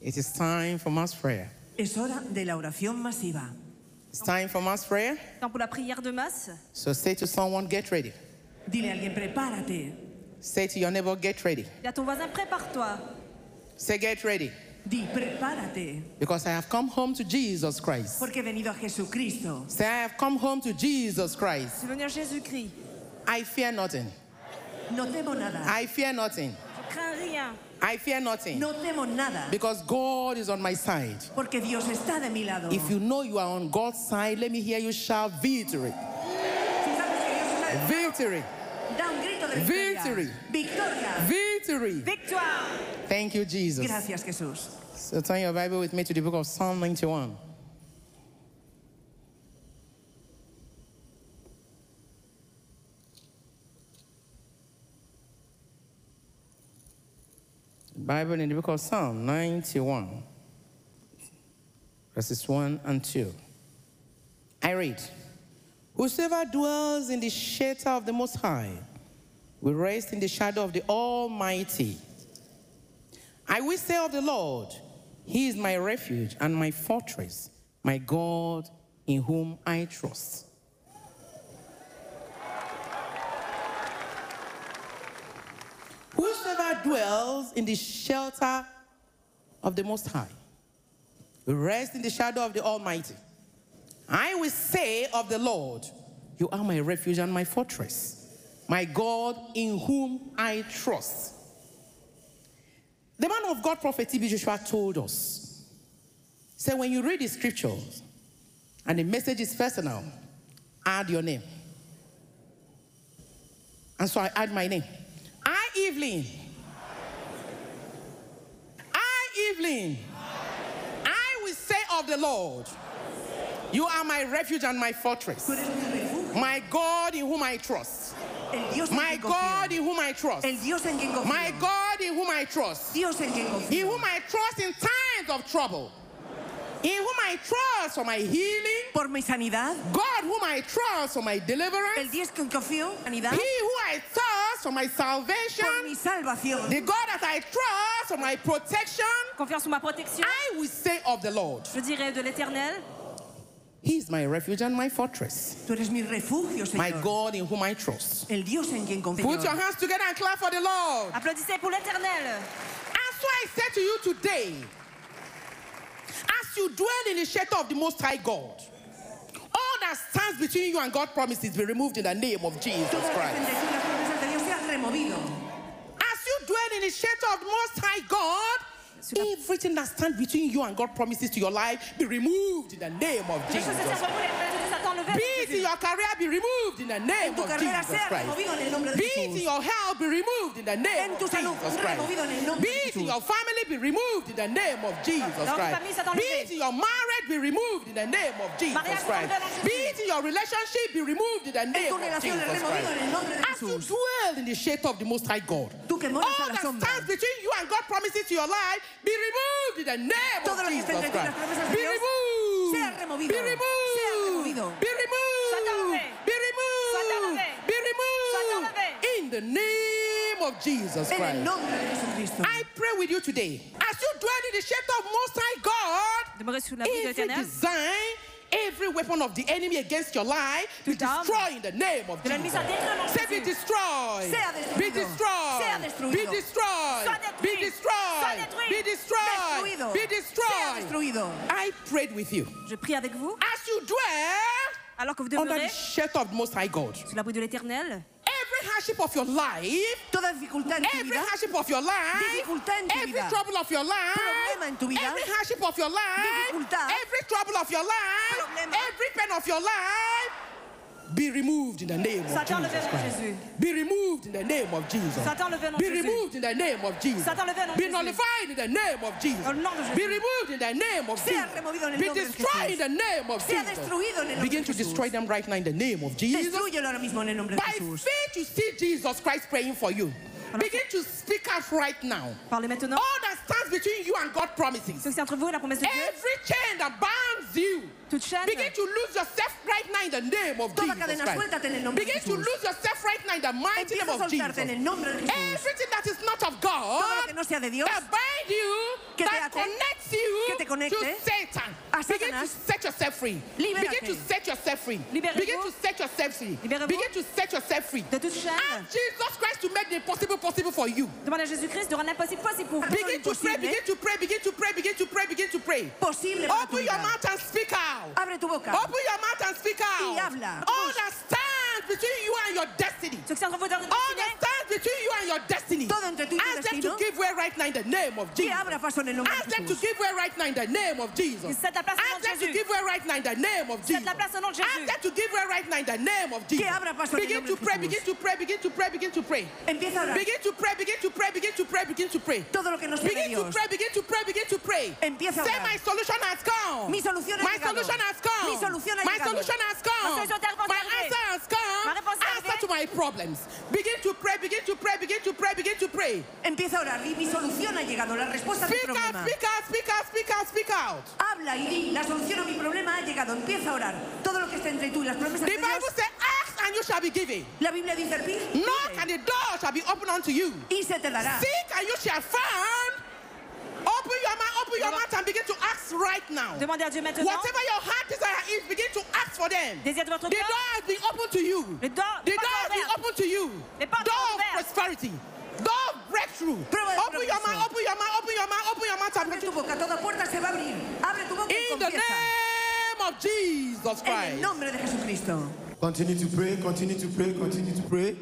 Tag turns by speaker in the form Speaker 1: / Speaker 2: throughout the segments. Speaker 1: It is time for mass prayer.
Speaker 2: Es hora de la oración masiva.
Speaker 1: It's time for mass prayer.
Speaker 3: Temps pour la prière de masse.
Speaker 1: So say to someone, get ready.
Speaker 2: Dile a alguien, prepárate.
Speaker 1: Say to your neighbor, get ready.
Speaker 3: Dis à ton voisin, prépare-toi.
Speaker 1: Say, get ready.
Speaker 2: Di, prepárate,
Speaker 1: Because I have come home to Jesus Christ.
Speaker 2: porque he venido a Jesucristo.
Speaker 1: Say, I have come home to Jesus Christ.
Speaker 3: C'est venir Jésus-Christ.
Speaker 1: I fear nothing.
Speaker 2: No temo nada,
Speaker 1: I fear nothing.
Speaker 3: Je crains rien.
Speaker 1: I fear nothing.
Speaker 2: no temo nada,
Speaker 1: Because God is on my side.
Speaker 2: porque Dios está de mi lado.
Speaker 1: If you know you are on God's side, let me hear you shout victory.
Speaker 2: Si sabes que Dios está de-
Speaker 1: Victory.
Speaker 2: da un grito de victoria.
Speaker 1: Victory.
Speaker 2: Victoria.
Speaker 1: Victory.
Speaker 3: Victoire
Speaker 1: Thank you, Jesus.
Speaker 2: Gracias, Jesús.
Speaker 1: So turn your Bible with me to the book of Psalm 91. Bible in the book of Psalm 91, verses 1 and 2. I read Whosoever dwells in the shelter of the Most High will rest in the shadow of the Almighty. I will say of the Lord, He is my refuge and my fortress, my God in whom I trust. Whosoever dwells in the shelter of the Most High will rest in the shadow of the Almighty. I will say of the Lord, You are my refuge and my fortress, my God in whom I trust. The man of God, Prophet T.B. Joshua, told us. He said, when you read the scriptures and the message is personal, add your name. And so I add my name. I, Evelyn. I, Evelyn. I will say of the Lord, You are my refuge and my fortress,
Speaker 2: Tú eres mi refugio,
Speaker 1: my God in whom I trust,
Speaker 2: el Dios en
Speaker 1: my
Speaker 2: quien confío.
Speaker 1: God in whom I trust,
Speaker 2: El Dios en quien confío.
Speaker 1: my God in whom I trust.
Speaker 2: Dios en quien
Speaker 1: In
Speaker 2: confío.
Speaker 1: whom I trust in times of trouble. In whom I trust for my healing.
Speaker 2: Por mi sanidad.
Speaker 1: God, whom I trust for my deliverance.
Speaker 2: El Dios en quien confío. Sanidad.
Speaker 1: He who I trust for my
Speaker 2: Por
Speaker 1: salvation.
Speaker 2: mi salvación.
Speaker 1: The God that I trust for my protection.
Speaker 3: Confiance en ma protection.
Speaker 1: I will say of the Lord,
Speaker 3: Je dirais de l'éternel.
Speaker 1: He is my refuge and my fortress.
Speaker 2: Tú eres mi refugio,
Speaker 1: My
Speaker 2: Señor.
Speaker 1: God in whom I trust.
Speaker 2: El Dios en quien confío.
Speaker 1: Put your hands together and clap for the Lord.
Speaker 3: Applaudissez pour l'éternel.
Speaker 1: And so I said to you today, as you dwell in the shelter of the Most High God, all that stands between you and God's promises be removed in the name of Jesus
Speaker 2: Todas las
Speaker 1: Christ.
Speaker 2: bendiciones, las promesas de Dios se han removido.
Speaker 1: As you dwell in the shelter of the Most High God, everything that stands between you and God's promises to your life be removed in the name of
Speaker 3: Les choses
Speaker 1: Jesus.
Speaker 3: se tirent pour l'éternel. Tout Satan levé.
Speaker 1: Peace in your career be removed in the name
Speaker 2: Tu
Speaker 1: of
Speaker 2: carrera
Speaker 1: Oh, Jesus
Speaker 2: sea
Speaker 1: Christ.
Speaker 2: removido en el nombre de
Speaker 1: Peace in
Speaker 2: Jesús.
Speaker 1: your health be removed in the name
Speaker 2: En
Speaker 1: of
Speaker 2: tu
Speaker 1: Jesus
Speaker 2: salud, removido en el
Speaker 1: Christ.
Speaker 2: nombre de
Speaker 1: Peace in
Speaker 2: Jesús.
Speaker 1: your family be removed in the name of Jesus
Speaker 3: Dans ta famille,
Speaker 1: Christ.
Speaker 3: Satan le
Speaker 1: Peace
Speaker 3: fait.
Speaker 1: in your marriage be removed in the name of Jesus
Speaker 3: Mariage,
Speaker 1: Christ.
Speaker 3: Satan le fait.
Speaker 1: Peace in your relationship be removed in the name
Speaker 2: tu
Speaker 1: of
Speaker 2: relación
Speaker 1: Jesus
Speaker 2: removido en el nombre de
Speaker 1: Christ. As you
Speaker 2: Jesús.
Speaker 1: dwell in the shade of the Most High God,
Speaker 2: Tú que
Speaker 1: all
Speaker 2: moras a la
Speaker 1: that
Speaker 2: sombra.
Speaker 1: stands between you and God promises to your life be removed in the name
Speaker 2: Todo lo
Speaker 1: of
Speaker 2: que está
Speaker 1: Jesus
Speaker 2: entre ti y las promesas
Speaker 1: Christ.
Speaker 2: de
Speaker 1: Be
Speaker 2: Dios sea
Speaker 1: removed.
Speaker 2: removido.
Speaker 1: Be
Speaker 2: Sea removido.
Speaker 1: removed. Be removed.
Speaker 3: Satan le fait.
Speaker 1: Be removed.
Speaker 3: Satan le fait.
Speaker 1: Be removed.
Speaker 3: Satan le fait.
Speaker 1: In the name of Jesus
Speaker 2: En el
Speaker 1: Christ.
Speaker 2: nombre de Jesucristo.
Speaker 1: I pray with you today. As you dwell in the shelter of Most High God,
Speaker 3: Demeurez sous la vie de
Speaker 1: every
Speaker 3: l'éternel.
Speaker 1: design, every weapon of the enemy against your life be
Speaker 3: Toute arme
Speaker 1: destroyed in the name of
Speaker 3: de l'ennemi
Speaker 1: Jesus.
Speaker 3: s'attaque au nom de
Speaker 1: Say, be
Speaker 3: Jésus.
Speaker 1: destroyed.
Speaker 2: Sea destruido. Sea
Speaker 1: Be destroyed.
Speaker 2: destruido.
Speaker 1: Be destroyed.
Speaker 3: Sois
Speaker 1: Be
Speaker 3: détruit. Sois
Speaker 1: destroyed.
Speaker 3: détruit.
Speaker 1: Be destroyed.
Speaker 2: Destruido.
Speaker 1: Be
Speaker 2: Sea
Speaker 1: destroyed.
Speaker 2: destruido.
Speaker 1: I prayed with you.
Speaker 3: Je prie avec vous.
Speaker 1: As you dwell
Speaker 3: Alors que vous
Speaker 1: under the
Speaker 3: demeurez
Speaker 1: shelter of the Most High God,
Speaker 3: sous l'abri de l'éternel.
Speaker 1: every hardship of your life
Speaker 2: Toda dificultad en tu
Speaker 1: Every
Speaker 2: vida,
Speaker 1: hardship of your life,
Speaker 2: Dificultad en tu
Speaker 1: every
Speaker 2: vida.
Speaker 1: trouble of your life,
Speaker 2: Problema en tu vida.
Speaker 1: every hardship of your life,
Speaker 2: Dificultad.
Speaker 1: every trouble of your life,
Speaker 2: Problema.
Speaker 1: every pain of your life, be removed in the name of
Speaker 3: Satan
Speaker 1: Jesus
Speaker 3: levé au nom de
Speaker 1: Oh, Christ.
Speaker 3: Jésus.
Speaker 1: Be removed in the name of Jesus.
Speaker 3: Satan levé au nom de
Speaker 1: Be
Speaker 3: Jésus.
Speaker 1: removed in the name of Jesus.
Speaker 3: Satan levé au nom de
Speaker 1: Be
Speaker 3: Jésus.
Speaker 1: nullified in the name of Jesus.
Speaker 3: Au nom de Jésus.
Speaker 1: Be removed in the name of
Speaker 2: Sea
Speaker 1: Jesus.
Speaker 2: removido en el
Speaker 1: Be
Speaker 2: nombre de
Speaker 1: destroyed in
Speaker 2: Jesús.
Speaker 1: the name of
Speaker 2: Sea
Speaker 1: Jesus.
Speaker 2: destruido en el nombre
Speaker 1: Begin
Speaker 2: de
Speaker 1: to
Speaker 2: Jesús.
Speaker 1: destroy them right now in the name of Jesus.
Speaker 2: destruyelo ahora mismo en el nombre de
Speaker 1: By
Speaker 2: Jesús.
Speaker 1: faith, you see Jesus Christ praying for you. Begin to speak out right now.
Speaker 3: Parlez maintenant.
Speaker 1: Oh. All that stands between you and God's promises.
Speaker 3: Donc c'est entre vous et la promesse de Dieu.
Speaker 1: Every chain that binds you,
Speaker 3: Toute chaîne.
Speaker 1: begin to lose yourself right now in the name of
Speaker 2: Toda
Speaker 1: Jesus
Speaker 2: cadena
Speaker 1: Christ.
Speaker 2: suéltate en el nombre de
Speaker 1: Begin to
Speaker 2: Jesús.
Speaker 1: lose yourself right now in the mighty name
Speaker 2: Empieza a
Speaker 1: of
Speaker 2: soltarte en
Speaker 1: Jesus.
Speaker 2: el nombre de Jesús.
Speaker 1: Everything that is not of
Speaker 2: Todo lo
Speaker 1: God
Speaker 2: que no sea de Dios
Speaker 1: that bind you,
Speaker 2: Que te
Speaker 1: that
Speaker 2: ate.
Speaker 1: connects you
Speaker 2: Que te conecte
Speaker 1: to Satan.
Speaker 2: a
Speaker 1: Begin to
Speaker 2: Satanás.
Speaker 1: set yourself free.
Speaker 2: Libérate.
Speaker 1: Begin to set yourself free.
Speaker 3: Libérez-vous.
Speaker 1: Begin to set yourself free.
Speaker 3: Libérez-vous.
Speaker 1: Begin to set yourself free.
Speaker 3: De toute chaîne.
Speaker 1: Ask Jesus Christ to make the impossible possible for you.
Speaker 3: Demande à Jésus-Christ de rendre l'impossible possible pour vous.
Speaker 1: Begin to pray,
Speaker 2: imposible.
Speaker 1: begin to pray, begin to pray, begin to pray, begin to pray.
Speaker 2: Posible para tu
Speaker 1: Open your
Speaker 2: vida.
Speaker 1: mouth and speak out.
Speaker 2: Abre tu boca.
Speaker 1: Open your mouth and speak out.
Speaker 2: Y habla.
Speaker 1: All that stands between you and your destiny.
Speaker 3: Ce qui est entre vous et votre
Speaker 1: All
Speaker 3: destinée.
Speaker 1: that stands between you and your destiny.
Speaker 2: Todo entre tú y tu
Speaker 1: Ask them to
Speaker 2: destino.
Speaker 1: give way right now in the name of
Speaker 2: Que
Speaker 1: Jesus.
Speaker 2: abra paso en el nombre
Speaker 1: Ask
Speaker 2: de
Speaker 1: them to
Speaker 2: Jesús.
Speaker 1: give way right now in the name of Jesus.
Speaker 3: Cède la place au nom
Speaker 1: Ask
Speaker 3: de
Speaker 1: them to
Speaker 3: Jésus.
Speaker 1: give way right now in the name of Jesus.
Speaker 3: la place au nom de
Speaker 1: Ask
Speaker 3: Jésus.
Speaker 1: them to give way right now in the name of Jesus.
Speaker 2: abra paso en el
Speaker 1: Begin
Speaker 2: nombre
Speaker 1: to
Speaker 2: de
Speaker 1: pray,
Speaker 2: Jesús.
Speaker 1: begin to pray, begin to pray, begin to pray.
Speaker 2: Empieza a orar.
Speaker 1: Begin to pray, begin to pray, begin to pray, begin to pray.
Speaker 2: Todo lo que no sea de
Speaker 1: Begin to
Speaker 2: Dios.
Speaker 1: pray, begin to pray, begin to pray.
Speaker 2: Empieza a
Speaker 1: Say
Speaker 2: orar.
Speaker 1: my solution has come.
Speaker 2: Mi solución ha
Speaker 1: My
Speaker 2: llegado.
Speaker 1: solution has come.
Speaker 2: Mi solución ha
Speaker 1: My
Speaker 2: llegado.
Speaker 1: solution has
Speaker 3: Ma
Speaker 1: come.
Speaker 3: solución te ha
Speaker 1: My
Speaker 3: arrivée.
Speaker 1: answer has
Speaker 3: Ma
Speaker 1: come.
Speaker 3: réponse est
Speaker 1: Answer
Speaker 3: arrivée.
Speaker 1: to my problems. Begin to pray, begin to pray, begin to pray, begin to pray.
Speaker 2: Empieza a orar. Y mi solución ha llegado. La respuesta a mi
Speaker 1: Speak out,
Speaker 2: problema.
Speaker 1: speak out, speak out, speak out, speak out.
Speaker 2: Habla y di. La solución a mi problema ha llegado. Empieza a orar. Todo lo que está entre tú y las promesas
Speaker 1: The
Speaker 2: de Dios.
Speaker 1: Bible says, ask and you shall be given.
Speaker 2: La Biblia dice al fin.
Speaker 1: Knock and the door shall be opened unto you.
Speaker 2: Y se te dará.
Speaker 1: Seek and you shall find. Open your mouth, open your mouth and begin to ask right now.
Speaker 3: Demandez à Dieu maintenant.
Speaker 1: Whatever your heart desire is, begin to ask for them. The
Speaker 3: Désir de votre
Speaker 1: door
Speaker 3: cœur.
Speaker 1: has been opened to you.
Speaker 3: Les doigts-
Speaker 1: The
Speaker 3: les
Speaker 1: door
Speaker 3: portes
Speaker 1: has been
Speaker 3: ouvertes.
Speaker 1: opened to you.
Speaker 3: Les portes
Speaker 1: Door of
Speaker 3: ouvertes.
Speaker 1: prosperity. Door of breakthrough.
Speaker 2: Prueba de
Speaker 1: Open your
Speaker 2: progreso.
Speaker 1: mouth, open your mouth, open your mouth, open your mouth and
Speaker 2: Abre
Speaker 1: begin
Speaker 2: tu
Speaker 1: to
Speaker 2: boca. Toda puerta se va a abrir. Abre tu boca y
Speaker 1: In the
Speaker 2: confiesa.
Speaker 1: name of Jesus
Speaker 2: En el
Speaker 1: Christ.
Speaker 2: nombre de Jesucristo.
Speaker 4: Continue to pray, continue to pray, continue to pray.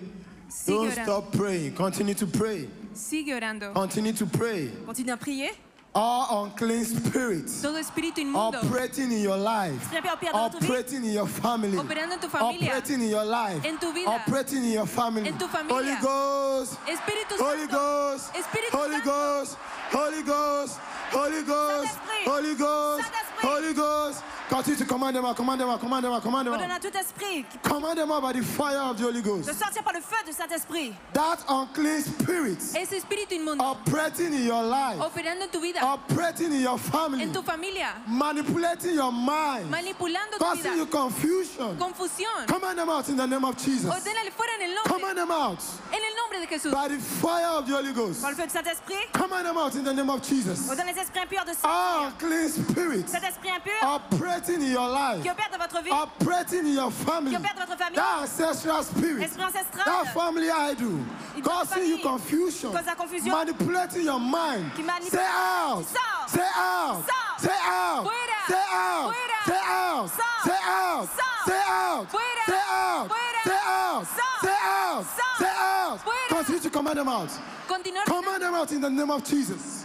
Speaker 4: Don't
Speaker 3: Sigue orando.
Speaker 4: stop praying. Continue to pray.
Speaker 3: Sigue orando.
Speaker 4: Continue to pray.
Speaker 3: Continue à prier.
Speaker 4: All unclean spirits
Speaker 3: Todo espíritu inmundo
Speaker 4: operating in your life,
Speaker 3: Siempre operando en tu vida.
Speaker 4: operating in your family,
Speaker 3: Operando en tu familia.
Speaker 4: operating in your life,
Speaker 3: En tu vida.
Speaker 4: operating in your family.
Speaker 3: En tu familia.
Speaker 4: Holy Ghost,
Speaker 3: Espíritu
Speaker 4: Holy
Speaker 3: Santo.
Speaker 4: Ghost,
Speaker 3: Espíritu
Speaker 4: Holy
Speaker 3: Santo.
Speaker 4: Ghost, Holy Ghost, Holy Ghost,
Speaker 3: Saint-Esprit.
Speaker 4: Holy Ghost,
Speaker 3: Saint-Esprit.
Speaker 4: Holy Ghost. Continue to command them out, command them out, command them out, command them
Speaker 3: Ordonne
Speaker 4: out.
Speaker 3: à tout esprit
Speaker 4: Command them out by the fire of the Holy Ghost.
Speaker 3: de sortir par le feu du Saint-Esprit.
Speaker 4: That unclean spirit
Speaker 5: Ese espíritu inmundo
Speaker 4: operating in your life,
Speaker 5: operando en tu vida,
Speaker 4: operating in your family,
Speaker 5: en tu familia,
Speaker 4: manipulating your mind,
Speaker 5: manipulando tu
Speaker 4: causing you
Speaker 5: vida,
Speaker 4: confusion.
Speaker 5: confusión.
Speaker 4: Command them out in the name of Jesus.
Speaker 5: Ordénale fuera en el nombre,
Speaker 4: Command them out
Speaker 5: en el nombre de Jesús,
Speaker 4: by the fire of the Holy Ghost.
Speaker 3: Par le feu du Saint-Esprit.
Speaker 4: Command them out in the name of Jesus.
Speaker 3: Ordonne les esprits impurs de
Speaker 4: All
Speaker 3: sortir.
Speaker 4: unclean spirits
Speaker 3: Cet esprit impur
Speaker 4: operating in your life,
Speaker 3: qui opère dans votre vie.
Speaker 4: operating in your family,
Speaker 3: Que opère dans votre famille.
Speaker 4: that ancestral spirit,
Speaker 3: Esprit ancestral.
Speaker 4: that family idol,
Speaker 3: Et dans
Speaker 4: causing you
Speaker 3: famille.
Speaker 4: confusion,
Speaker 3: Cause la confusion.
Speaker 4: manipulating your mind.
Speaker 3: Qui manipule.
Speaker 4: Say out,
Speaker 3: Sors.
Speaker 4: say out,
Speaker 3: Sors.
Speaker 4: say out,
Speaker 3: Fuera.
Speaker 4: say out,
Speaker 3: Fuera.
Speaker 4: say out,
Speaker 3: Sors.
Speaker 4: say out,
Speaker 3: Sors.
Speaker 4: say out,
Speaker 3: Fuera.
Speaker 4: say out,
Speaker 3: Fuera.
Speaker 4: say out,
Speaker 3: Sors.
Speaker 4: say out,
Speaker 3: Sors.
Speaker 4: say out.
Speaker 3: Fuera.
Speaker 4: Continue to command them out.
Speaker 5: continuar,
Speaker 4: Command them out in the name of Jesus.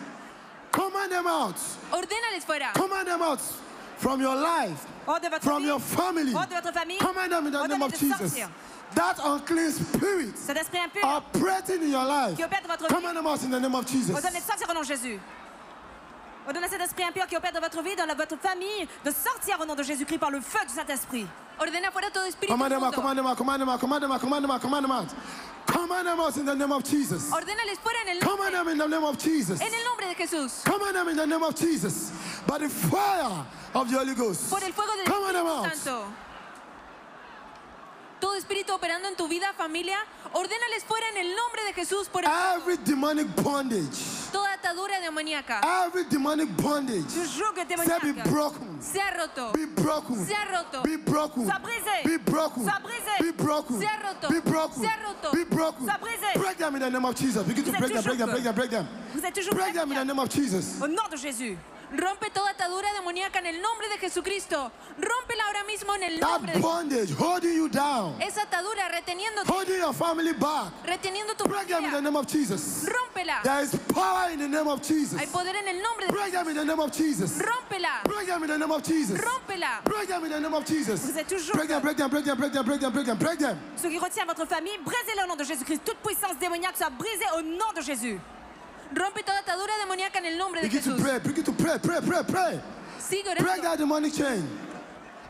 Speaker 4: Command them out.
Speaker 5: ordénales fuera,
Speaker 4: Command them out from your life,
Speaker 3: Hors de votre
Speaker 4: from
Speaker 3: vie.
Speaker 4: your family.
Speaker 3: Hors de votre famille.
Speaker 4: Command them in the name
Speaker 3: Ordonnez
Speaker 4: of
Speaker 3: de
Speaker 4: Jesus. Ah.
Speaker 3: sortir.
Speaker 4: That unclean spirit
Speaker 3: Cet esprit impur
Speaker 4: operating in your life.
Speaker 3: qui opère dans votre vie.
Speaker 4: Command them out in the name of Jesus.
Speaker 3: Ordonnez de sortir au nom de Jésus. Ordonnez cet esprit impur qui opère dans votre vie, dans la- votre famille, de sortir au nom de Jésus-Christ par le feu du Saint-Esprit.
Speaker 5: ordena fuera todo espíritu
Speaker 4: Command them out,
Speaker 5: inmundo.
Speaker 4: command them out, command them out, command them out, command them out, command them out. Command them out in the name of Jesus.
Speaker 5: Ordénales fuera en el
Speaker 4: Command them
Speaker 5: nombre,
Speaker 4: in the name of Jesus.
Speaker 5: en el nombre de Jesús,
Speaker 4: Command them in the name of Jesus. By the fire of the Holy Ghost.
Speaker 5: por el fuego del
Speaker 4: Command them
Speaker 5: Espíritu
Speaker 4: out.
Speaker 5: Santo. Todo espíritu operando en tu vida, familia, ordénales fuera en el nombre de Jesús por el fuego.
Speaker 4: Every demonic bondage,
Speaker 5: toda atadura de amoníaca.
Speaker 4: every demonic bondage,
Speaker 3: Le joug
Speaker 4: say be
Speaker 3: démoniaque.
Speaker 4: broken.
Speaker 5: Se ha roto.
Speaker 4: Be broken.
Speaker 5: Se ha roto.
Speaker 4: Be broken.
Speaker 3: Soit brisé.
Speaker 4: Be broken.
Speaker 3: Soit brisé.
Speaker 4: Be broken.
Speaker 5: Soit roto.
Speaker 4: Be broken.
Speaker 5: Soit roto.
Speaker 4: Be broken.
Speaker 3: Soit brisé.
Speaker 4: Break them in the name of Jesus. Begin to
Speaker 3: Vous êtes
Speaker 4: break them, break
Speaker 3: toujours
Speaker 4: them, break them, break them.
Speaker 3: Vous êtes toujours
Speaker 4: Break them in the
Speaker 3: démoniaque.
Speaker 4: name of Jesus.
Speaker 3: Au nom de Jésus.
Speaker 5: Rompe toda atadura demoníaca en el nombre de Jesucristo. Rómpela ahora mismo en el nombre
Speaker 4: That
Speaker 5: de
Speaker 4: bondage holding you down,
Speaker 5: Esa atadura reteniéndote,
Speaker 4: holding your family back.
Speaker 5: reteniendo tu
Speaker 4: Break them in the
Speaker 5: vida.
Speaker 4: name of Jesus.
Speaker 5: Rómpela.
Speaker 4: There is power in the name of Jesus.
Speaker 5: Hay poder en el nombre de
Speaker 4: Break them in the name of Jesus.
Speaker 5: Rómpela.
Speaker 4: Break them in the name of Jesus.
Speaker 5: Rómpela.
Speaker 4: Break them in the name of Jesus.
Speaker 3: Vous êtes toujours-
Speaker 4: Break them, break them, break them, break them, break them, break them, break them.
Speaker 3: Ce qui retient votre famille, brisez-le au nom de Jésus-Christ. Toute puissance démoniaque soit brisée au nom de Jésus.
Speaker 5: Rompe toda atadura demoníaca en el nombre de
Speaker 4: Begin to
Speaker 5: Jesús.
Speaker 4: pray, begin to pray, pray, pray, pray.
Speaker 5: Sigue
Speaker 4: Break
Speaker 5: orando.
Speaker 4: that demonic chain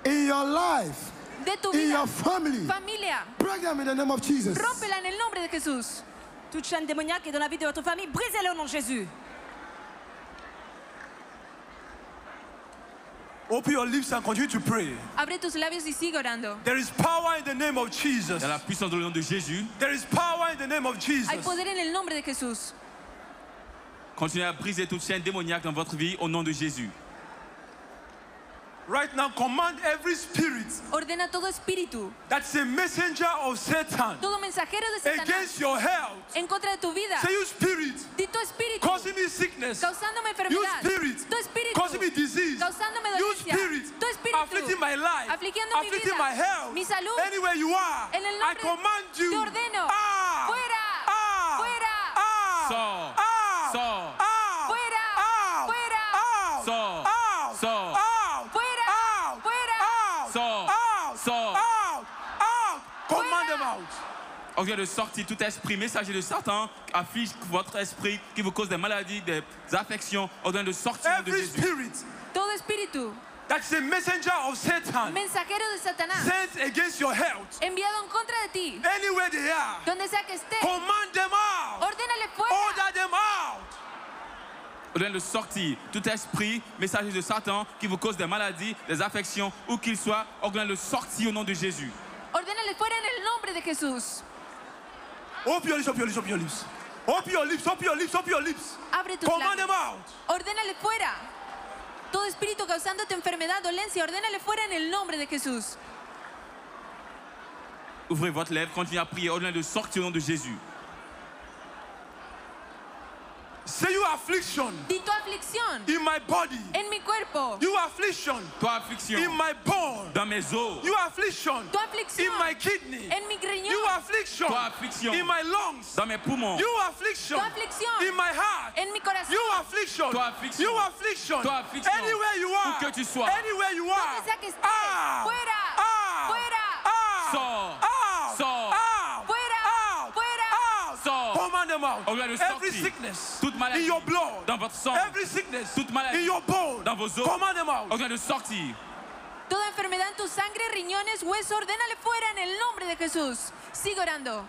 Speaker 4: in your life,
Speaker 5: De tu
Speaker 4: in
Speaker 5: vida.
Speaker 4: your family.
Speaker 5: Familia.
Speaker 4: Break them in the name of Jesus.
Speaker 5: Rómpela en el nombre de Jesús.
Speaker 3: Toute chaîne démoniaque est dans la vie de votre famille, brisez-le au nom de Jésus.
Speaker 6: Open your lips and continue to pray.
Speaker 5: Abre tus labios y sigue orando.
Speaker 6: There is power in the name of
Speaker 7: Il
Speaker 6: Jesus.
Speaker 7: y a la puissance dans le nom de Jésus.
Speaker 6: There is power in the name of
Speaker 5: Hay
Speaker 6: Jesus.
Speaker 5: poder en el nombre de Jesús.
Speaker 7: Continuez à briser toute chaîne démoniaque dans votre vie au nom de Jésus.
Speaker 6: Right now, command every spirit
Speaker 5: Ordena todo espíritu,
Speaker 6: that's a messenger of Satan
Speaker 5: todo mensajero de Satanás
Speaker 6: against your health.
Speaker 5: en contra de tu vida.
Speaker 6: Say, you spirit,
Speaker 5: Di tu espíritu
Speaker 6: causing me sickness.
Speaker 5: causándome
Speaker 6: You
Speaker 5: enfermedad.
Speaker 6: spirit,
Speaker 5: Tu espíritu
Speaker 6: causing me disease.
Speaker 5: causándome
Speaker 6: You
Speaker 5: dolencia.
Speaker 6: spirit,
Speaker 5: Tu
Speaker 6: afflicting my
Speaker 5: espíritu
Speaker 6: life,
Speaker 5: afligiendo mi
Speaker 6: afflicting
Speaker 5: vida,
Speaker 6: my health.
Speaker 5: mi salud.
Speaker 6: Anywhere you are,
Speaker 5: En el
Speaker 6: I
Speaker 5: nombre
Speaker 6: command you.
Speaker 5: te ordeno.
Speaker 6: Ah,
Speaker 5: Fuera,
Speaker 6: ah,
Speaker 5: fuera,
Speaker 6: ah,
Speaker 7: Sors,
Speaker 6: ah,
Speaker 7: sors,
Speaker 6: ah,
Speaker 5: fuera,
Speaker 6: ah,
Speaker 5: fuera,
Speaker 6: ah,
Speaker 7: sors,
Speaker 6: ah,
Speaker 7: sors,
Speaker 6: ah,
Speaker 5: fuera,
Speaker 6: ah,
Speaker 5: fuera,
Speaker 6: ah,
Speaker 7: sors,
Speaker 6: ah,
Speaker 7: sors.
Speaker 6: ah, ah. Command
Speaker 5: Fuera.
Speaker 6: them out.
Speaker 7: Orgueil de sortie, tout esprit, messager de Satan, affiche votre esprit qui vous cause des maladies, des affections. Orgueil de sortie au nom de
Speaker 6: Every
Speaker 7: Jésus.
Speaker 6: spirit
Speaker 5: todo espíritu
Speaker 6: that's a messenger of Satan
Speaker 5: mensajero de Satanás
Speaker 6: sent against your health,
Speaker 5: enviado en contra de ti,
Speaker 6: anywhere they are,
Speaker 5: donde sea que esté,
Speaker 6: command them out.
Speaker 5: ordénale fuera.
Speaker 6: Order them out.
Speaker 7: Orgueil de sortie, tout esprit, messager de Satan qui vous cause des maladies, des affections, où qu'il soit. Orgueil de sortie au nom de Jésus.
Speaker 5: Ordénale fuera en el nombre de Jesús.
Speaker 6: Open your lips, open your lips, open your lips. Open your lips, open your lips, open your lips.
Speaker 5: Abre tus
Speaker 6: Command them
Speaker 5: labios.
Speaker 6: out.
Speaker 5: Ordénale fuera. Todo espíritu causándote enfermedad, dolencia, ordénale fuera en el nombre de Jesús.
Speaker 7: Ouvrez votre lèvre, continuez à prier. Orgueil de sortie au nom de Jésus.
Speaker 6: Say you affliction
Speaker 5: Di tu aflicción
Speaker 6: in my body.
Speaker 5: en mi cuerpo,
Speaker 6: You affliction
Speaker 7: Toi, affliction,
Speaker 6: in my bone.
Speaker 7: dans mes os.
Speaker 6: You affliction
Speaker 5: tu aflicción
Speaker 6: in my kidney.
Speaker 5: en mi
Speaker 6: You
Speaker 5: riñón,
Speaker 6: affliction
Speaker 7: Toi, affliction.
Speaker 6: in my lungs.
Speaker 7: dans mes poumons,
Speaker 6: You affliction
Speaker 5: Tu affliction.
Speaker 6: in my heart.
Speaker 5: en mi corazón,
Speaker 6: You affliction.
Speaker 7: Toi, affliction.
Speaker 6: You affliction.
Speaker 7: Toi, affliction.
Speaker 6: Anywhere you are.
Speaker 7: Où que tu sois.
Speaker 6: Anywhere you are. Ah.
Speaker 5: Donde sea que estés.
Speaker 6: Out.
Speaker 5: Fuera.
Speaker 6: Out.
Speaker 5: Fuera.
Speaker 6: Out.
Speaker 7: Sors.
Speaker 6: Out.
Speaker 7: Sors.
Speaker 6: Out.
Speaker 5: Fuera.
Speaker 6: Out.
Speaker 5: Fuera.
Speaker 6: Out. Ah.
Speaker 7: Sors.
Speaker 6: Command them out.
Speaker 7: On vient de
Speaker 6: Oh, Every
Speaker 7: sortir.
Speaker 6: sickness
Speaker 7: Toute maladie.
Speaker 6: in your blood.
Speaker 7: Dans votre sang.
Speaker 6: Every sickness
Speaker 7: Toute maladie.
Speaker 6: in your bone.
Speaker 7: Dans vos os.
Speaker 6: Command them out.
Speaker 7: Orgueil de sortie.
Speaker 5: toda enfermedad en tu sangre, riñones, hueso, ordénale fuera en el nombre de Jesús. Sigue orando.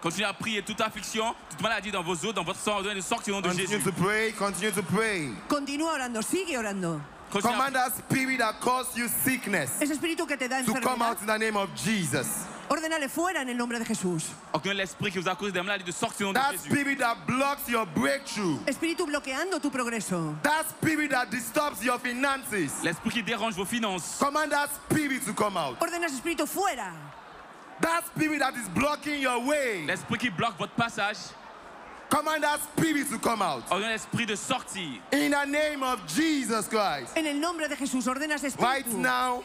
Speaker 7: Continuez à prier toute affliction, toute maladie dans vos os, dans votre sang, ordonnez de sortir au nom de
Speaker 8: Continue
Speaker 7: Jésus.
Speaker 8: to pray, continue to pray.
Speaker 2: Continúa orando, sigue orando.
Speaker 7: Continuez à-
Speaker 8: Command that spirit that caused you sickness
Speaker 2: Ese espíritu que te da
Speaker 8: to come
Speaker 2: enfermedad,
Speaker 8: out in the name of Jesus.
Speaker 2: ordenale fuera en el nombre de Jesús.
Speaker 7: Ordonnez l'esprit qui vous a causé des maladies de sortir au nom de
Speaker 8: That
Speaker 7: Jésus.
Speaker 8: spirit that blocks your breakthrough.
Speaker 2: Espíritu bloqueando tu progreso.
Speaker 8: That spirit that disturbs your finances.
Speaker 7: L'esprit qui dérange vos finances.
Speaker 8: Command that spirit to come out.
Speaker 2: Ordena ese espíritu fuera.
Speaker 8: That spirit that is blocking your way.
Speaker 7: L'esprit qui bloque votre passage.
Speaker 8: Command that spirit to come out.
Speaker 7: Ordonnez l'esprit de sortir.
Speaker 8: In the name of Jesus Christ.
Speaker 2: En el nombre de Jesús, ordena ese
Speaker 8: Right
Speaker 2: espíritu.
Speaker 8: now,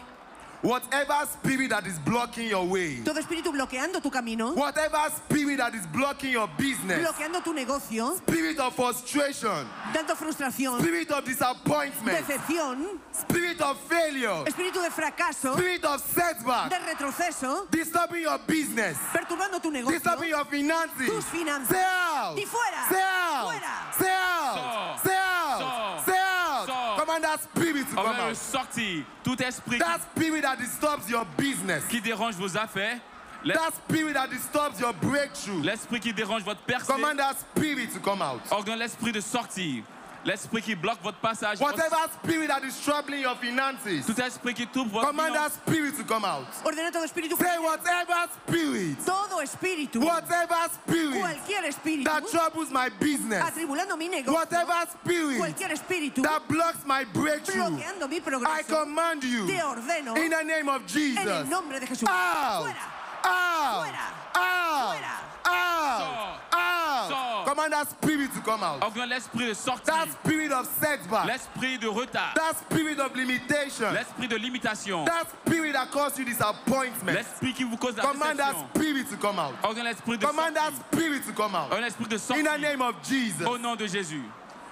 Speaker 8: whatever spirit that is blocking your way,
Speaker 2: Todo espíritu bloqueando tu camino,
Speaker 8: whatever spirit that is blocking your business,
Speaker 2: bloqueando tu negocio,
Speaker 8: spirit of frustration,
Speaker 2: dando frustración,
Speaker 8: spirit of disappointment,
Speaker 2: decepción,
Speaker 8: spirit of failure,
Speaker 2: espíritu de fracaso,
Speaker 8: spirit of
Speaker 2: de
Speaker 8: setback,
Speaker 2: retroceso,
Speaker 8: disturbing your business,
Speaker 2: perturbando tu negocio.
Speaker 8: disturbing your finances.
Speaker 2: Tus finanzas.
Speaker 8: Say out.
Speaker 2: Y fuera.
Speaker 8: Say out.
Speaker 2: Fuera.
Speaker 8: Say out.
Speaker 7: Sors.
Speaker 8: Say out.
Speaker 7: Sors.
Speaker 8: Say out.
Speaker 7: Sors.
Speaker 8: Command that spirit to come
Speaker 7: Ordonnez de
Speaker 8: out.
Speaker 7: sortir. Tout esprit
Speaker 8: That spirit that disturbs your business.
Speaker 7: qui dérange vos affaires. l'es-
Speaker 8: That spirit that disturbs your breakthrough.
Speaker 7: L'esprit qui dérange votre percée.
Speaker 8: Command that spirit to come out.
Speaker 7: Ordonnez l'esprit de sortir. L'esprit qui bloque votre passage.
Speaker 8: Whatever spirit that is troubling your finances,
Speaker 7: Tout esprit qui trouble votre
Speaker 8: command that
Speaker 7: finances.
Speaker 8: spirit to come out.
Speaker 2: Ordena todo espíritu.
Speaker 8: Say whatever spirit,
Speaker 2: Todo espíritu.
Speaker 8: whatever spirit
Speaker 2: Cualquier espíritu.
Speaker 8: that troubles my business,
Speaker 2: Atribulando mi negocio.
Speaker 8: whatever spirit
Speaker 2: Cualquier espíritu.
Speaker 8: that blocks my breakthrough,
Speaker 2: Bloqueando mi
Speaker 8: I
Speaker 2: progreso.
Speaker 8: command you
Speaker 2: Te ordeno.
Speaker 8: in the name of
Speaker 2: En el
Speaker 8: Jesus. Ah.
Speaker 2: nombre de Jesús.
Speaker 8: Out!
Speaker 2: Fuera.
Speaker 8: Out!
Speaker 2: Fuera.
Speaker 8: Out!
Speaker 2: Fuera.
Speaker 8: Out!
Speaker 7: Sors.
Speaker 8: Out!
Speaker 7: Sors.
Speaker 8: Command Ah. that spirit to come out.
Speaker 7: Ordonnez l'esprit de sortir.
Speaker 8: That spirit of setback,
Speaker 7: L'esprit de retard.
Speaker 8: that spirit of limitation,
Speaker 7: L'esprit de limitation.
Speaker 8: that spirit that caused you disappointment.
Speaker 7: L'esprit qui vous cause la
Speaker 8: Command that
Speaker 7: déception.
Speaker 8: spirit to come out.
Speaker 7: Ordonne l'esprit de
Speaker 8: Command that
Speaker 7: sortie.
Speaker 8: spirit to come out.
Speaker 7: Ordonne l'esprit de
Speaker 8: In
Speaker 7: sortie.
Speaker 8: the name of Jesus.
Speaker 7: Au nom de Jésus.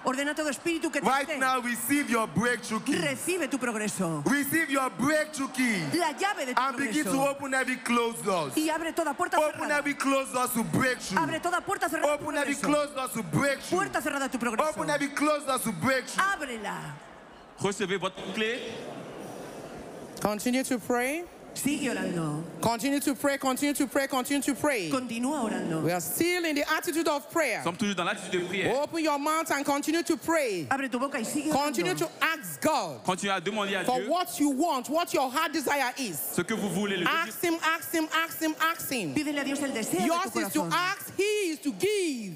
Speaker 2: Ordena todo espíritu que te
Speaker 8: Right
Speaker 2: esté.
Speaker 8: now, receive your breakthrough key.
Speaker 2: Recibe tu progreso.
Speaker 8: Receive your breakthrough key.
Speaker 2: La llave de tu
Speaker 8: And begin to
Speaker 2: progreso.
Speaker 8: open every closed doors.
Speaker 2: Y abre toda puerta
Speaker 8: Open
Speaker 2: cerrada.
Speaker 8: every closed doors to breakthrough.
Speaker 2: Abre toda puerta cerrada. a tu
Speaker 8: Open every
Speaker 2: progreso.
Speaker 8: closed doors to breakthrough.
Speaker 2: Puerta cerrada a tu progreso.
Speaker 8: Open every closed doors to breakthrough.
Speaker 2: Ábrela.
Speaker 7: Recevez votre clé.
Speaker 1: Continue to pray.
Speaker 2: Sigue orando.
Speaker 1: Continue to pray, continue to pray, continue to pray.
Speaker 2: Continúa orando.
Speaker 1: We are still in the attitude of prayer.
Speaker 7: Nous sommes toujours dans l'attitude de prière.
Speaker 1: Open your mouth and continue to pray.
Speaker 2: Abre tu boca y sigue
Speaker 1: Continue
Speaker 2: orando.
Speaker 1: to ask God
Speaker 7: Continuez à demander à
Speaker 1: for
Speaker 7: Dieu
Speaker 1: what you want, what your heart desire is.
Speaker 7: ce que vous voulez. Le désir.
Speaker 1: Ask Him, ask Him, ask Him, ask Him.
Speaker 2: Pídele a Dios el deseo de
Speaker 1: Yours
Speaker 2: tu
Speaker 1: is to
Speaker 2: corazón.
Speaker 1: ask, He is to give.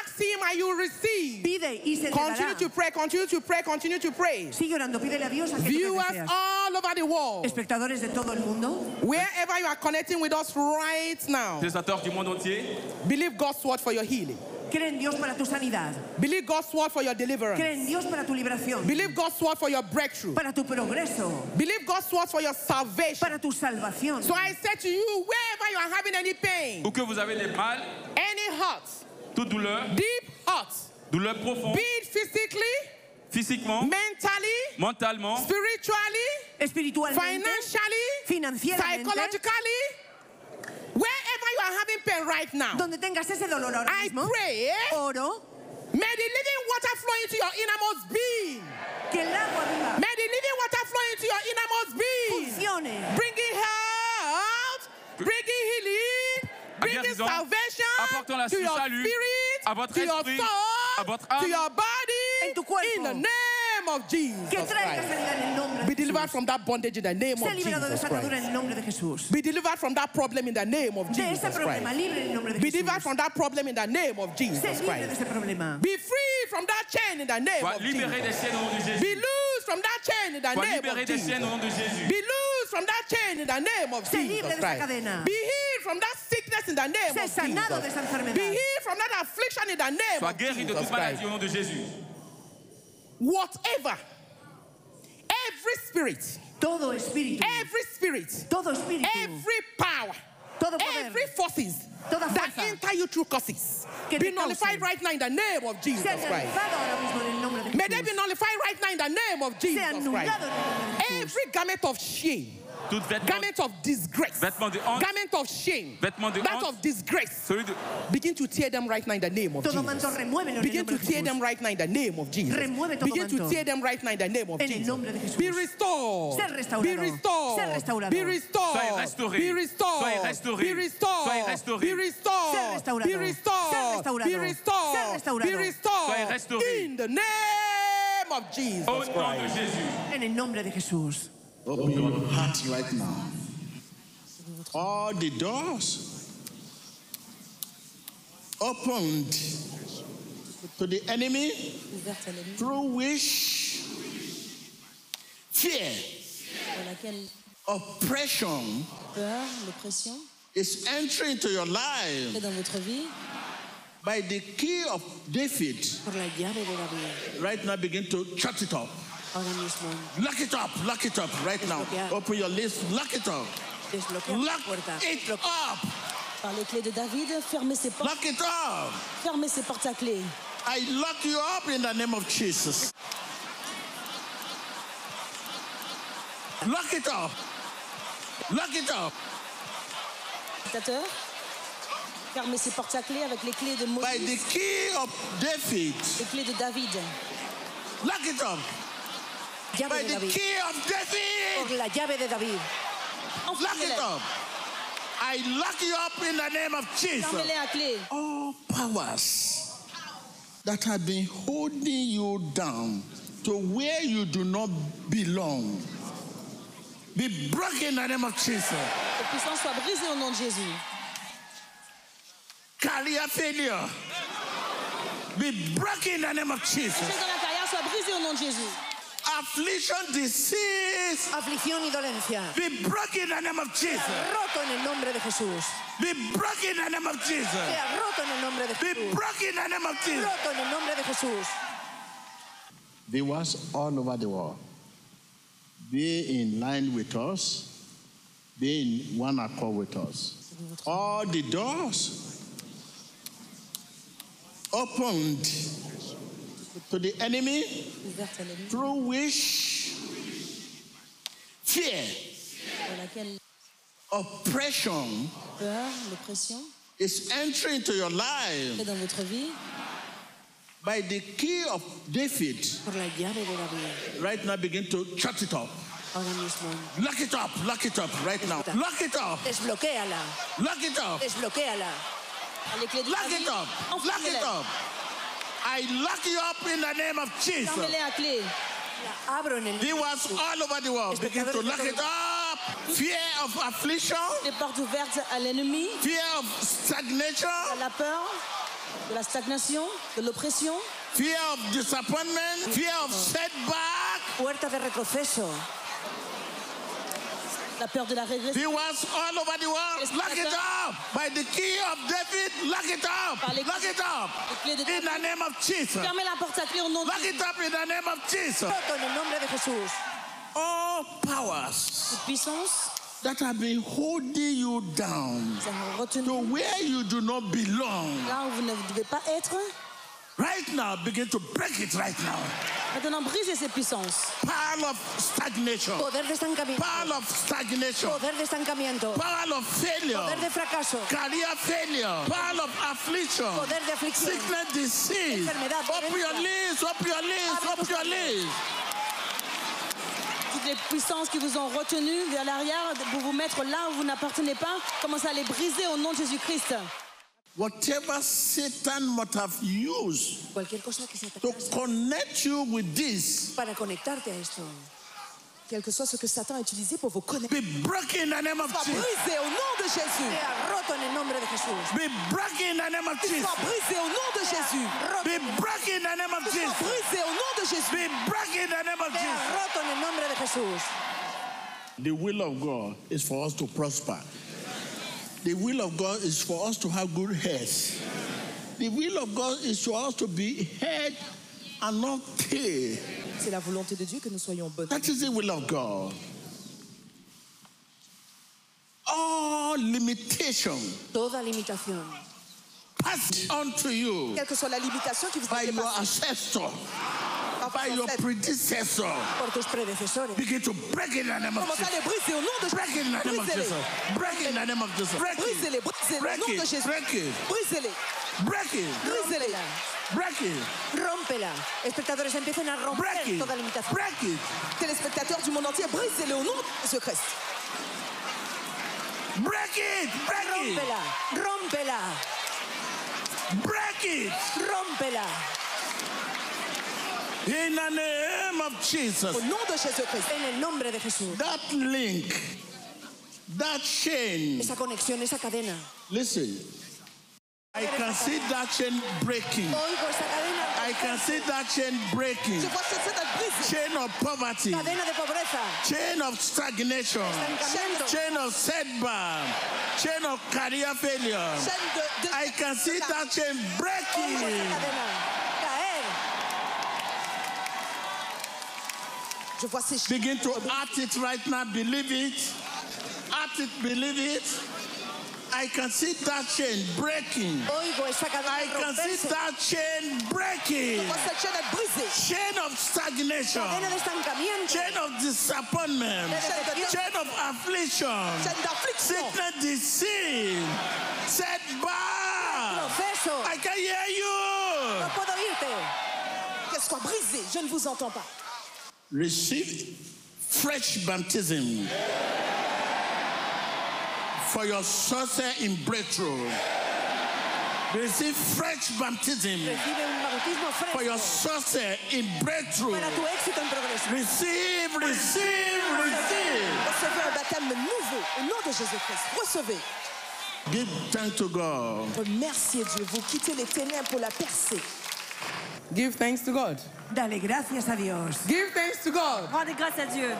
Speaker 1: Ask Him and you will receive.
Speaker 2: Pide y se te
Speaker 1: Continue
Speaker 2: dará.
Speaker 1: to pray, continue to pray, continue to pray.
Speaker 2: Sigue orando. Pídele a Dios a que tú te
Speaker 1: Viewers
Speaker 2: deseas.
Speaker 1: all over the world,
Speaker 2: Espectadores de todo el mundo,
Speaker 1: wherever you are connecting with us right now,
Speaker 7: Téléspectateurs du monde entier,
Speaker 1: believe God's word for your healing.
Speaker 2: cree en Dios para tu sanidad.
Speaker 1: Believe God's word for your
Speaker 2: Cree
Speaker 1: deliverance.
Speaker 2: en Dios para tu liberación.
Speaker 1: Believe God's word for your breakthrough.
Speaker 2: Para tu progreso.
Speaker 1: Believe God's word for your salvation.
Speaker 2: Para tu salvación.
Speaker 1: So I say to you, wherever you are having any pain,
Speaker 7: ou que vous avez des mal,
Speaker 1: any hurt,
Speaker 7: toute douleur,
Speaker 1: deep hurt,
Speaker 7: douleur profonde,
Speaker 1: be it physically,
Speaker 7: physiquement,
Speaker 1: mentally,
Speaker 7: mentalement,
Speaker 1: spiritually,
Speaker 2: Espiritualmente.
Speaker 1: financially,
Speaker 2: Financieramente.
Speaker 1: psychologically, wherever you are having pain right now,
Speaker 2: Donde tengas ese dolor ahora
Speaker 1: I
Speaker 2: mismo.
Speaker 1: pray
Speaker 2: Oro.
Speaker 1: may the living water flow into your innermost being.
Speaker 2: Que el agua viva
Speaker 1: May the living water flow into your innermost being,
Speaker 2: funcione.
Speaker 1: bringing health, bringing healing. Bringing
Speaker 7: Guérison, apportant la
Speaker 1: salvation to your
Speaker 7: salut à
Speaker 1: spirit,
Speaker 7: votre
Speaker 1: to your
Speaker 7: esprit, à
Speaker 1: soul,
Speaker 7: votre âme,
Speaker 1: to your
Speaker 2: en tu
Speaker 1: body,
Speaker 2: cuerpo.
Speaker 1: in the name of
Speaker 2: Que
Speaker 1: Jesus
Speaker 2: traiga
Speaker 1: Christ.
Speaker 2: sanidad en el nombre
Speaker 1: Be
Speaker 2: de
Speaker 1: delivered
Speaker 2: Jesús.
Speaker 1: from that bondage in the name
Speaker 2: Sea
Speaker 1: of
Speaker 2: liberado de
Speaker 1: Jesus
Speaker 2: esa atadura
Speaker 1: Christ.
Speaker 2: en el nombre de Jesús.
Speaker 1: Be delivered from that problem in the name of
Speaker 2: De ese
Speaker 1: Jesus
Speaker 2: problema,
Speaker 1: Christ.
Speaker 2: libre en el nombre de
Speaker 1: Be delivered
Speaker 2: Jesús.
Speaker 1: from that problem in the name of
Speaker 2: Sé
Speaker 1: Jesus
Speaker 2: libre de
Speaker 1: Christ.
Speaker 2: ese problema.
Speaker 1: Be free from that chain in the name
Speaker 7: Sois
Speaker 1: of
Speaker 7: libéré des
Speaker 1: Jesus.
Speaker 7: chaînes au nom de
Speaker 1: Be
Speaker 7: Jésus.
Speaker 1: loose from that chain in the
Speaker 7: Sois
Speaker 1: name
Speaker 7: libéré
Speaker 1: of
Speaker 7: des
Speaker 1: Jesus.
Speaker 7: chaînes au nom de Jésus.
Speaker 1: Be loose from that chain in the name of
Speaker 2: Sé libre de esa
Speaker 1: Jesus Christ.
Speaker 2: cadena.
Speaker 1: Be healed from that sickness in the name
Speaker 2: Sé
Speaker 1: of
Speaker 2: sanado de esa
Speaker 1: Jesus.
Speaker 2: enfermedad.
Speaker 1: Be healed from that affliction in the name
Speaker 7: Sois
Speaker 1: of
Speaker 7: guéri de
Speaker 1: Jesus
Speaker 7: toute maladie
Speaker 1: Christ.
Speaker 7: au nom de Jésus.
Speaker 1: Whatever, every spirit,
Speaker 2: Todo espíritu,
Speaker 1: every spirit,
Speaker 2: todo espíritu
Speaker 1: every power,
Speaker 2: Todo poder.
Speaker 1: every forces
Speaker 2: Toda
Speaker 1: that
Speaker 2: fuerza.
Speaker 1: enter you through curses
Speaker 2: Que
Speaker 1: be
Speaker 2: te
Speaker 1: nullified
Speaker 2: causen.
Speaker 1: right now in the name of Jesus
Speaker 2: sea
Speaker 1: Christ.
Speaker 2: anulado ahora mismo en el nombre de
Speaker 1: May they be
Speaker 2: Jesús.
Speaker 1: nullified right now in the name of
Speaker 2: Sea
Speaker 1: Jesus
Speaker 2: anulado
Speaker 1: Christ.
Speaker 2: en el nombre de Jesús.
Speaker 1: Every garment of shame,
Speaker 7: Toute vêtement,
Speaker 1: garment of disgrace,
Speaker 7: Vêtements de honte.
Speaker 1: garment of shame,
Speaker 7: Vêtements de
Speaker 1: that
Speaker 7: honte.
Speaker 1: of disgrace,
Speaker 7: celui de
Speaker 1: begin to tear them right now in the name of
Speaker 2: Todo manto
Speaker 1: Jesus.
Speaker 2: remuévelo en el
Speaker 1: Begin
Speaker 2: nombre
Speaker 1: to
Speaker 2: de
Speaker 1: tear them
Speaker 2: Jesús.
Speaker 1: right now in the name of Jesus.
Speaker 2: Remueve todo
Speaker 1: Begin to
Speaker 2: manto.
Speaker 1: tear them right now in the name of
Speaker 2: En el nombre de
Speaker 1: Jesus.
Speaker 2: Jesús.
Speaker 1: Be restored.
Speaker 2: Ser restaurado.
Speaker 1: Be restored.
Speaker 2: Ser restaurado.
Speaker 1: Be restored.
Speaker 7: Soyez restauré.
Speaker 1: Be restored.
Speaker 7: Soyez restauré.
Speaker 1: Be restored.
Speaker 7: Soyez restauré.
Speaker 1: Be restored.
Speaker 2: Ser restaurado.
Speaker 1: Be restored.
Speaker 2: Ser restaurado.
Speaker 1: Be restored.
Speaker 2: Ser restaurado.
Speaker 1: Be restored.
Speaker 7: Soyez restauré.
Speaker 1: In the name of Jesus
Speaker 7: au nom de
Speaker 1: Christ.
Speaker 7: Jésus.
Speaker 2: En el nombre de Jesús.
Speaker 9: Open your heart right now. All the doors opened to the enemy through which fear, oppression
Speaker 10: peur, l'oppression
Speaker 9: is entering into your life
Speaker 10: est dans votre vie
Speaker 9: by the key of David.
Speaker 10: pour la guerre de l'avenir.
Speaker 9: Right now, begin to shut it up.
Speaker 10: Ahora mismo,
Speaker 9: Lock it up. Lock it up right now.
Speaker 10: Desbloquear.
Speaker 9: Open your lips. Lock it up.
Speaker 10: débloquez
Speaker 9: Lock
Speaker 10: la puerta.
Speaker 9: it up.
Speaker 10: Par les clés de David, fermez ses portes,
Speaker 9: Lock it up.
Speaker 10: fermez ses portes à clés.
Speaker 9: I lock you up in the name of Jesus. Lock it up. Lock it up.
Speaker 10: Dictateur, fermez ses portes à clés avec les clés de Mo-
Speaker 9: By the key of David.
Speaker 10: les clés de David.
Speaker 9: Lock it up. By
Speaker 2: Llave de
Speaker 9: the
Speaker 2: David.
Speaker 9: key of
Speaker 2: Por
Speaker 9: David.
Speaker 2: la llave de David.
Speaker 9: Lock
Speaker 10: Enfermez-les.
Speaker 9: it up. I lock you up in the name of Jesus.
Speaker 10: Fermez-les à clé.
Speaker 9: All powers that have been holding you down to where you do not belong be broken in the name of Jesus.
Speaker 10: Que puissance soit brisée au nom de Jésus.
Speaker 9: career failure be broken in the name of
Speaker 10: Les
Speaker 9: Jesus.
Speaker 10: choses dans la carrière soient brisées au nom de Jésus.
Speaker 9: Affliction, disease
Speaker 2: Aflicción y dolencia.
Speaker 9: be broken in the name of Jesus.
Speaker 2: Roto en el nombre de Jesús.
Speaker 9: Be broken in the name of Jesus.
Speaker 2: Sea roto en el nombre de
Speaker 9: Be
Speaker 2: Jesús.
Speaker 9: broken in the name of Jesus.
Speaker 2: Roto en el nombre de Jesús.
Speaker 9: Viewers all over the world, be in line with us, be in one accord with us. All the doors opened to the enemy
Speaker 10: Ouverte à l'ennemi
Speaker 9: through which fear,
Speaker 10: pour laquelle
Speaker 9: oppression
Speaker 10: peur, l'oppression
Speaker 9: is entering into your
Speaker 10: est
Speaker 9: life
Speaker 10: dans votre vie
Speaker 9: by the key of David.
Speaker 10: pour la guerre de l'avenir.
Speaker 9: Right now, begin to shut it up.
Speaker 10: Ahora mismo.
Speaker 9: Lock it up, lock it up right now. Lock it up,
Speaker 10: Desbloquéala.
Speaker 9: lock it up,
Speaker 10: Desbloquéala. Dale clé du
Speaker 9: lock it
Speaker 10: clavier.
Speaker 9: up, lock it up. I lock you up in the name of Jesus.
Speaker 10: Ferme-les à clé.
Speaker 2: La abro en el
Speaker 9: He was all over the world. Begin to lock it up. Fear of affliction,
Speaker 10: Les portes ouvertes à l'ennemi,
Speaker 9: fear of stagnation,
Speaker 10: à la peur, de la stagnation, de l'oppression.
Speaker 9: fear of disappointment, fear of setback.
Speaker 2: puerta de retroceso.
Speaker 10: La peur de la régression.
Speaker 9: He was all over the world. Lock it up. By the key of David, lock it up. Lock it up. In the name of Jesus.
Speaker 10: Fermez la porte à clé au nom de
Speaker 9: Lock it up in the name of Jesus.
Speaker 2: Roto en el nombre de Jesús.
Speaker 9: All powers
Speaker 10: toute puissance.
Speaker 9: that have been holding you down
Speaker 10: Ça vous retenez.
Speaker 9: to where you do not belong.
Speaker 10: Là où vous ne devez pas être.
Speaker 9: Right now, begin to break it right now.
Speaker 10: Maintenant, brisez ces puissances.
Speaker 9: Power of stagnation,
Speaker 2: Poder de estancamiento.
Speaker 9: power of stagnation,
Speaker 2: Poder de estancamiento.
Speaker 9: power of
Speaker 2: Poder de
Speaker 9: failure,
Speaker 2: fracaso.
Speaker 9: career failure, power of affliction,
Speaker 2: Poder de aflicción.
Speaker 9: sickness, disease.
Speaker 2: Enfermedad,
Speaker 9: Open your
Speaker 2: dolencia.
Speaker 9: lips, open your lips,
Speaker 2: Abre
Speaker 9: open
Speaker 2: tus
Speaker 9: your
Speaker 2: labios.
Speaker 9: lips.
Speaker 10: Toutes les puissances qui vous ont retenu vers l'arrière pour vous mettre là où vous n'appartenez pas, commencez à les briser au nom de Jésus-Christ.
Speaker 9: Whatever Satan might have used
Speaker 2: Cualquier cosa que se
Speaker 9: to
Speaker 2: atacase
Speaker 9: connect you with this,
Speaker 2: para conectarte a esto.
Speaker 11: Quel que soit ce que Satan a utilisé pour vous connaître,
Speaker 9: be broken in the name of
Speaker 11: soit
Speaker 9: Jesus.
Speaker 11: brisé au nom de Jésus.
Speaker 2: Sea roto en el nombre de Jesús.
Speaker 9: Be broken in the name of Jesus.
Speaker 11: Soit brisé au nom de Jésus.
Speaker 9: Be broken in the name of
Speaker 11: Soit
Speaker 9: Jesus.
Speaker 11: brisé au nom de Jésus.
Speaker 9: Be broken in the name of Jesus.
Speaker 2: Sea roto en el nombre de Jesús.
Speaker 9: The will of God is for us to prosper. The will of God is for us to have good health. The will of God is for us to be head and not tail.
Speaker 11: C'est la volonté de Dieu que nous soyons bonnes.
Speaker 9: That is the will of God. All limitation
Speaker 2: Toda limitación
Speaker 9: passed unto you
Speaker 11: Quelle que soit la limitation qui vous
Speaker 9: by
Speaker 11: a
Speaker 9: your
Speaker 11: dépassée
Speaker 9: ancestor,
Speaker 11: par vos
Speaker 9: by your
Speaker 11: ancêtres,
Speaker 9: predecessor.
Speaker 2: por tus predecesores.
Speaker 9: Begin to break it in the name of
Speaker 11: commencez à les
Speaker 9: Jesus.
Speaker 11: briser au nom de
Speaker 9: Break it in the
Speaker 11: Jésus.
Speaker 9: name of
Speaker 11: Brisez-les.
Speaker 9: Jesus. Break it in the name of Jesus. Break
Speaker 11: Brisez-les,
Speaker 9: it.
Speaker 11: brisez-les au
Speaker 9: Break
Speaker 11: nom de
Speaker 9: it.
Speaker 11: Jésus.
Speaker 9: Break it.
Speaker 11: Brisez-les,
Speaker 9: Break it.
Speaker 11: brisez-les.
Speaker 9: Break it.
Speaker 2: Rómpela. Espectadores empiecen a
Speaker 9: Break
Speaker 2: romper
Speaker 9: it.
Speaker 2: toda limitación.
Speaker 9: Break it.
Speaker 11: Téléspectateurs du monde entier, brisez-les au nom de Jésus-Christ.
Speaker 9: Break it. Break it.
Speaker 2: Rómpela. Rómpela.
Speaker 9: Break it.
Speaker 2: Rómpela.
Speaker 9: In the name of Jesus.
Speaker 11: Au nom de Jésus-Christ.
Speaker 2: Pues En el nombre de Jesús.
Speaker 9: That link, that chain.
Speaker 2: Esa conexión, esa cadena.
Speaker 9: Listen. I can see that chain breaking.
Speaker 2: Oigo esa cadena.
Speaker 9: I can see that chain breaking.
Speaker 11: Je vois cette chaîne être brisée.
Speaker 9: Chain of poverty.
Speaker 2: Cadena de pobreza.
Speaker 9: Chain of stagnation.
Speaker 2: Estancamiento.
Speaker 9: Chain of setback. Chain of career failure.
Speaker 11: Chaîne de, de-
Speaker 9: I can see that chain
Speaker 2: Oigo esa
Speaker 9: breaking.
Speaker 2: cadena. Caer.
Speaker 11: Je vois ces chaînes.
Speaker 9: Begin to act it right now. Believe it. Act it. Believe it. I can see that chain breaking.
Speaker 2: Oigo esa
Speaker 9: I
Speaker 2: cadena
Speaker 9: can see
Speaker 2: romperse.
Speaker 9: that chain breaking.
Speaker 11: Je vois cette chaîne être brisée.
Speaker 9: Chain of stagnation.
Speaker 2: Cadena de estancamiento.
Speaker 9: Chain of disappointment. Chain of affliction.
Speaker 11: Chaîne d'affliction.
Speaker 9: Sickness, disease. Setback.
Speaker 2: Proceso.
Speaker 9: I can hear
Speaker 2: No
Speaker 9: you.
Speaker 2: puedo irte.
Speaker 11: Qu'elle soit brisée. Je ne vous entends pas.
Speaker 9: Receive fresh baptism for your success in breakthrough. Receive fresh baptism
Speaker 2: Recibe un bautismo
Speaker 9: for your
Speaker 2: fresco.
Speaker 9: success in breakthrough.
Speaker 2: Para tu éxito en progreso.
Speaker 9: Receive, receive, receive.
Speaker 11: Recevez un baptême nouveau au nom de Jésus-Christ. Recevez.
Speaker 9: Give thanks to God.
Speaker 11: Remerciez Dieu. Vous quittez les ténèbres pour la percée.
Speaker 1: Give thanks to God.
Speaker 2: Dale gracias a Dios.
Speaker 1: Give thanks to God.
Speaker 3: Rendez grâce à Dieu.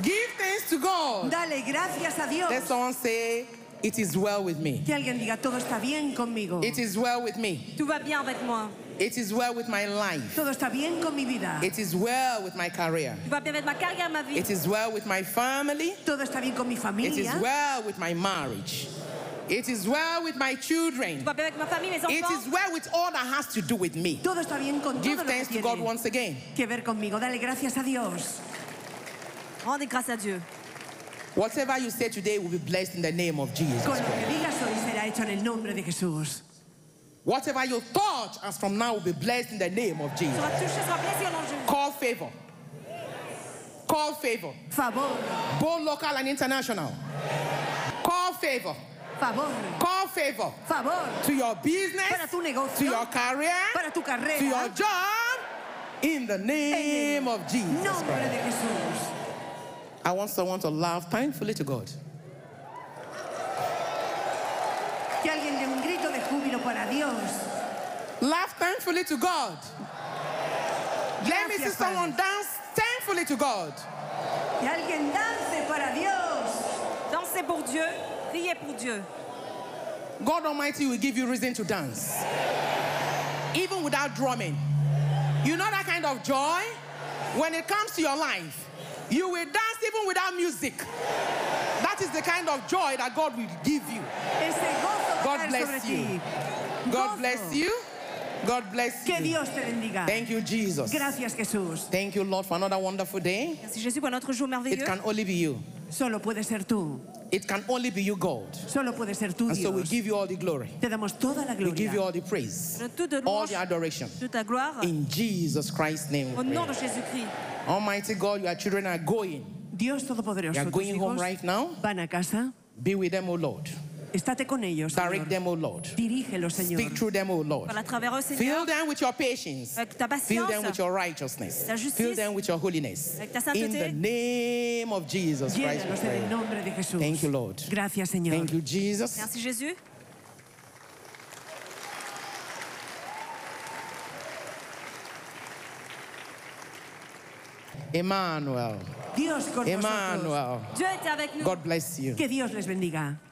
Speaker 1: Give thanks to God.
Speaker 2: Dale gracias a Dios.
Speaker 1: Let someone say, It is well with me.
Speaker 2: Que alguien diga, todo está bien conmigo.
Speaker 1: It is well with me.
Speaker 3: Tout va bien avec moi.
Speaker 1: It is well with my life.
Speaker 2: Todo está bien con mi vida.
Speaker 1: It is well with my career.
Speaker 3: Tout va bien avec ma carrière, ma vie.
Speaker 1: It is well with my family.
Speaker 2: Todo está bien con mi
Speaker 1: It is
Speaker 2: familia.
Speaker 1: well with my marriage. It is well with my
Speaker 3: Tout
Speaker 1: children.
Speaker 3: va bien avec ma famille, mes
Speaker 1: It
Speaker 3: enfants.
Speaker 1: is well with all that has to do with me.
Speaker 2: Todo está bien con
Speaker 1: Give
Speaker 2: todo lo que
Speaker 1: thanks to God
Speaker 2: tiene
Speaker 1: once again.
Speaker 2: que ver conmigo. Dale gracias a Dios.
Speaker 3: Rendez grâce à Dieu.
Speaker 1: Whatever you say today will be blessed in the name of Jesus.
Speaker 2: Con lo que digas hoy será hecho en el nombre de Jesús.
Speaker 1: Whatever you thought as from now will be blessed in the name of Jesus.
Speaker 3: Sera touché, sera blessé au nom de Jésus.
Speaker 1: Call favor. Call favor.
Speaker 2: Favor.
Speaker 1: Both local and international. Call favor.
Speaker 2: Favor.
Speaker 1: Call favor.
Speaker 2: Favor.
Speaker 1: To your business.
Speaker 2: Para tu negocio.
Speaker 1: To your career.
Speaker 2: Para tu carrera.
Speaker 1: To your job. In the name of Jesus.
Speaker 2: Nombre
Speaker 1: Christ.
Speaker 2: de Jesús.
Speaker 1: I want someone to laugh thankfully to God.
Speaker 2: Que alguien dé un grito de júbilo para Dios.
Speaker 1: Laugh thankfully to God. Let me see
Speaker 2: Gracias,
Speaker 1: someone dance thankfully to God.
Speaker 2: Que alguien dance para Dios.
Speaker 3: Dansez pour Dieu, priez pour Dieu.
Speaker 1: God Almighty will give you reason to dance, even without drumming. You know that kind of joy? When it comes to your life, you will dance even without music. That is the kind of joy that God will give you.
Speaker 2: Ese gozo va a
Speaker 1: God
Speaker 2: caer sobre
Speaker 1: bless you.
Speaker 2: ti.
Speaker 1: God
Speaker 2: Gozo.
Speaker 1: bless you. God bless
Speaker 2: Que
Speaker 1: you.
Speaker 2: Dios te bendiga.
Speaker 1: Thank you, Jesus.
Speaker 2: Gracias, Jesús.
Speaker 1: Thank you, Lord, for another wonderful day.
Speaker 3: Merci Jésus pour un autre jour
Speaker 1: It
Speaker 3: merveilleux.
Speaker 1: can only be you.
Speaker 2: Solo puede ser tú.
Speaker 1: It can only be you, God.
Speaker 2: Solo puede ser tú,
Speaker 1: And so we
Speaker 2: Dios.
Speaker 1: give you all the glory.
Speaker 2: Te damos toda la
Speaker 1: We give you
Speaker 2: gloria.
Speaker 1: all the praise,
Speaker 3: Donne Tout de
Speaker 1: all
Speaker 3: louange,
Speaker 1: the adoration.
Speaker 3: toute ta gloire.
Speaker 1: In Jesus Christ's name.
Speaker 3: Au
Speaker 1: we
Speaker 3: nom
Speaker 1: pray.
Speaker 3: de Jésus-Christ.
Speaker 1: Almighty God, your children are going.
Speaker 2: Dios
Speaker 1: They
Speaker 2: Todopoderoso.
Speaker 1: are
Speaker 2: tus
Speaker 1: going home
Speaker 2: hijos
Speaker 1: right now.
Speaker 2: Van a casa.
Speaker 1: Be with them, O Lord.
Speaker 2: Estate con ellos.
Speaker 1: Direct
Speaker 2: Señor.
Speaker 1: them, O Lord.
Speaker 2: Dirígelos, Señor.
Speaker 1: Speak through them, O Lord.
Speaker 3: Parle à travers eux,
Speaker 1: Fill
Speaker 3: Seigneur.
Speaker 1: them with your patience.
Speaker 3: Avec
Speaker 1: Fill
Speaker 3: ta
Speaker 1: them
Speaker 3: patience.
Speaker 1: with your righteousness.
Speaker 3: Ta justice.
Speaker 1: Fill them with your holiness.
Speaker 3: Avec ta sainteté.
Speaker 1: In the name of Jesus Christ, we
Speaker 2: Llénalos en el
Speaker 1: pray.
Speaker 2: nombre de Jesús.
Speaker 1: Thank you, Lord.
Speaker 2: Gracias, Señor.
Speaker 1: Thank you, Jesus.
Speaker 3: Merci Jésus.
Speaker 1: Emmanuel.
Speaker 2: Dios con nosotros.
Speaker 1: Emmanuel.
Speaker 3: Dieu est avec nous.
Speaker 1: God bless you.
Speaker 2: Que Dios les bendiga.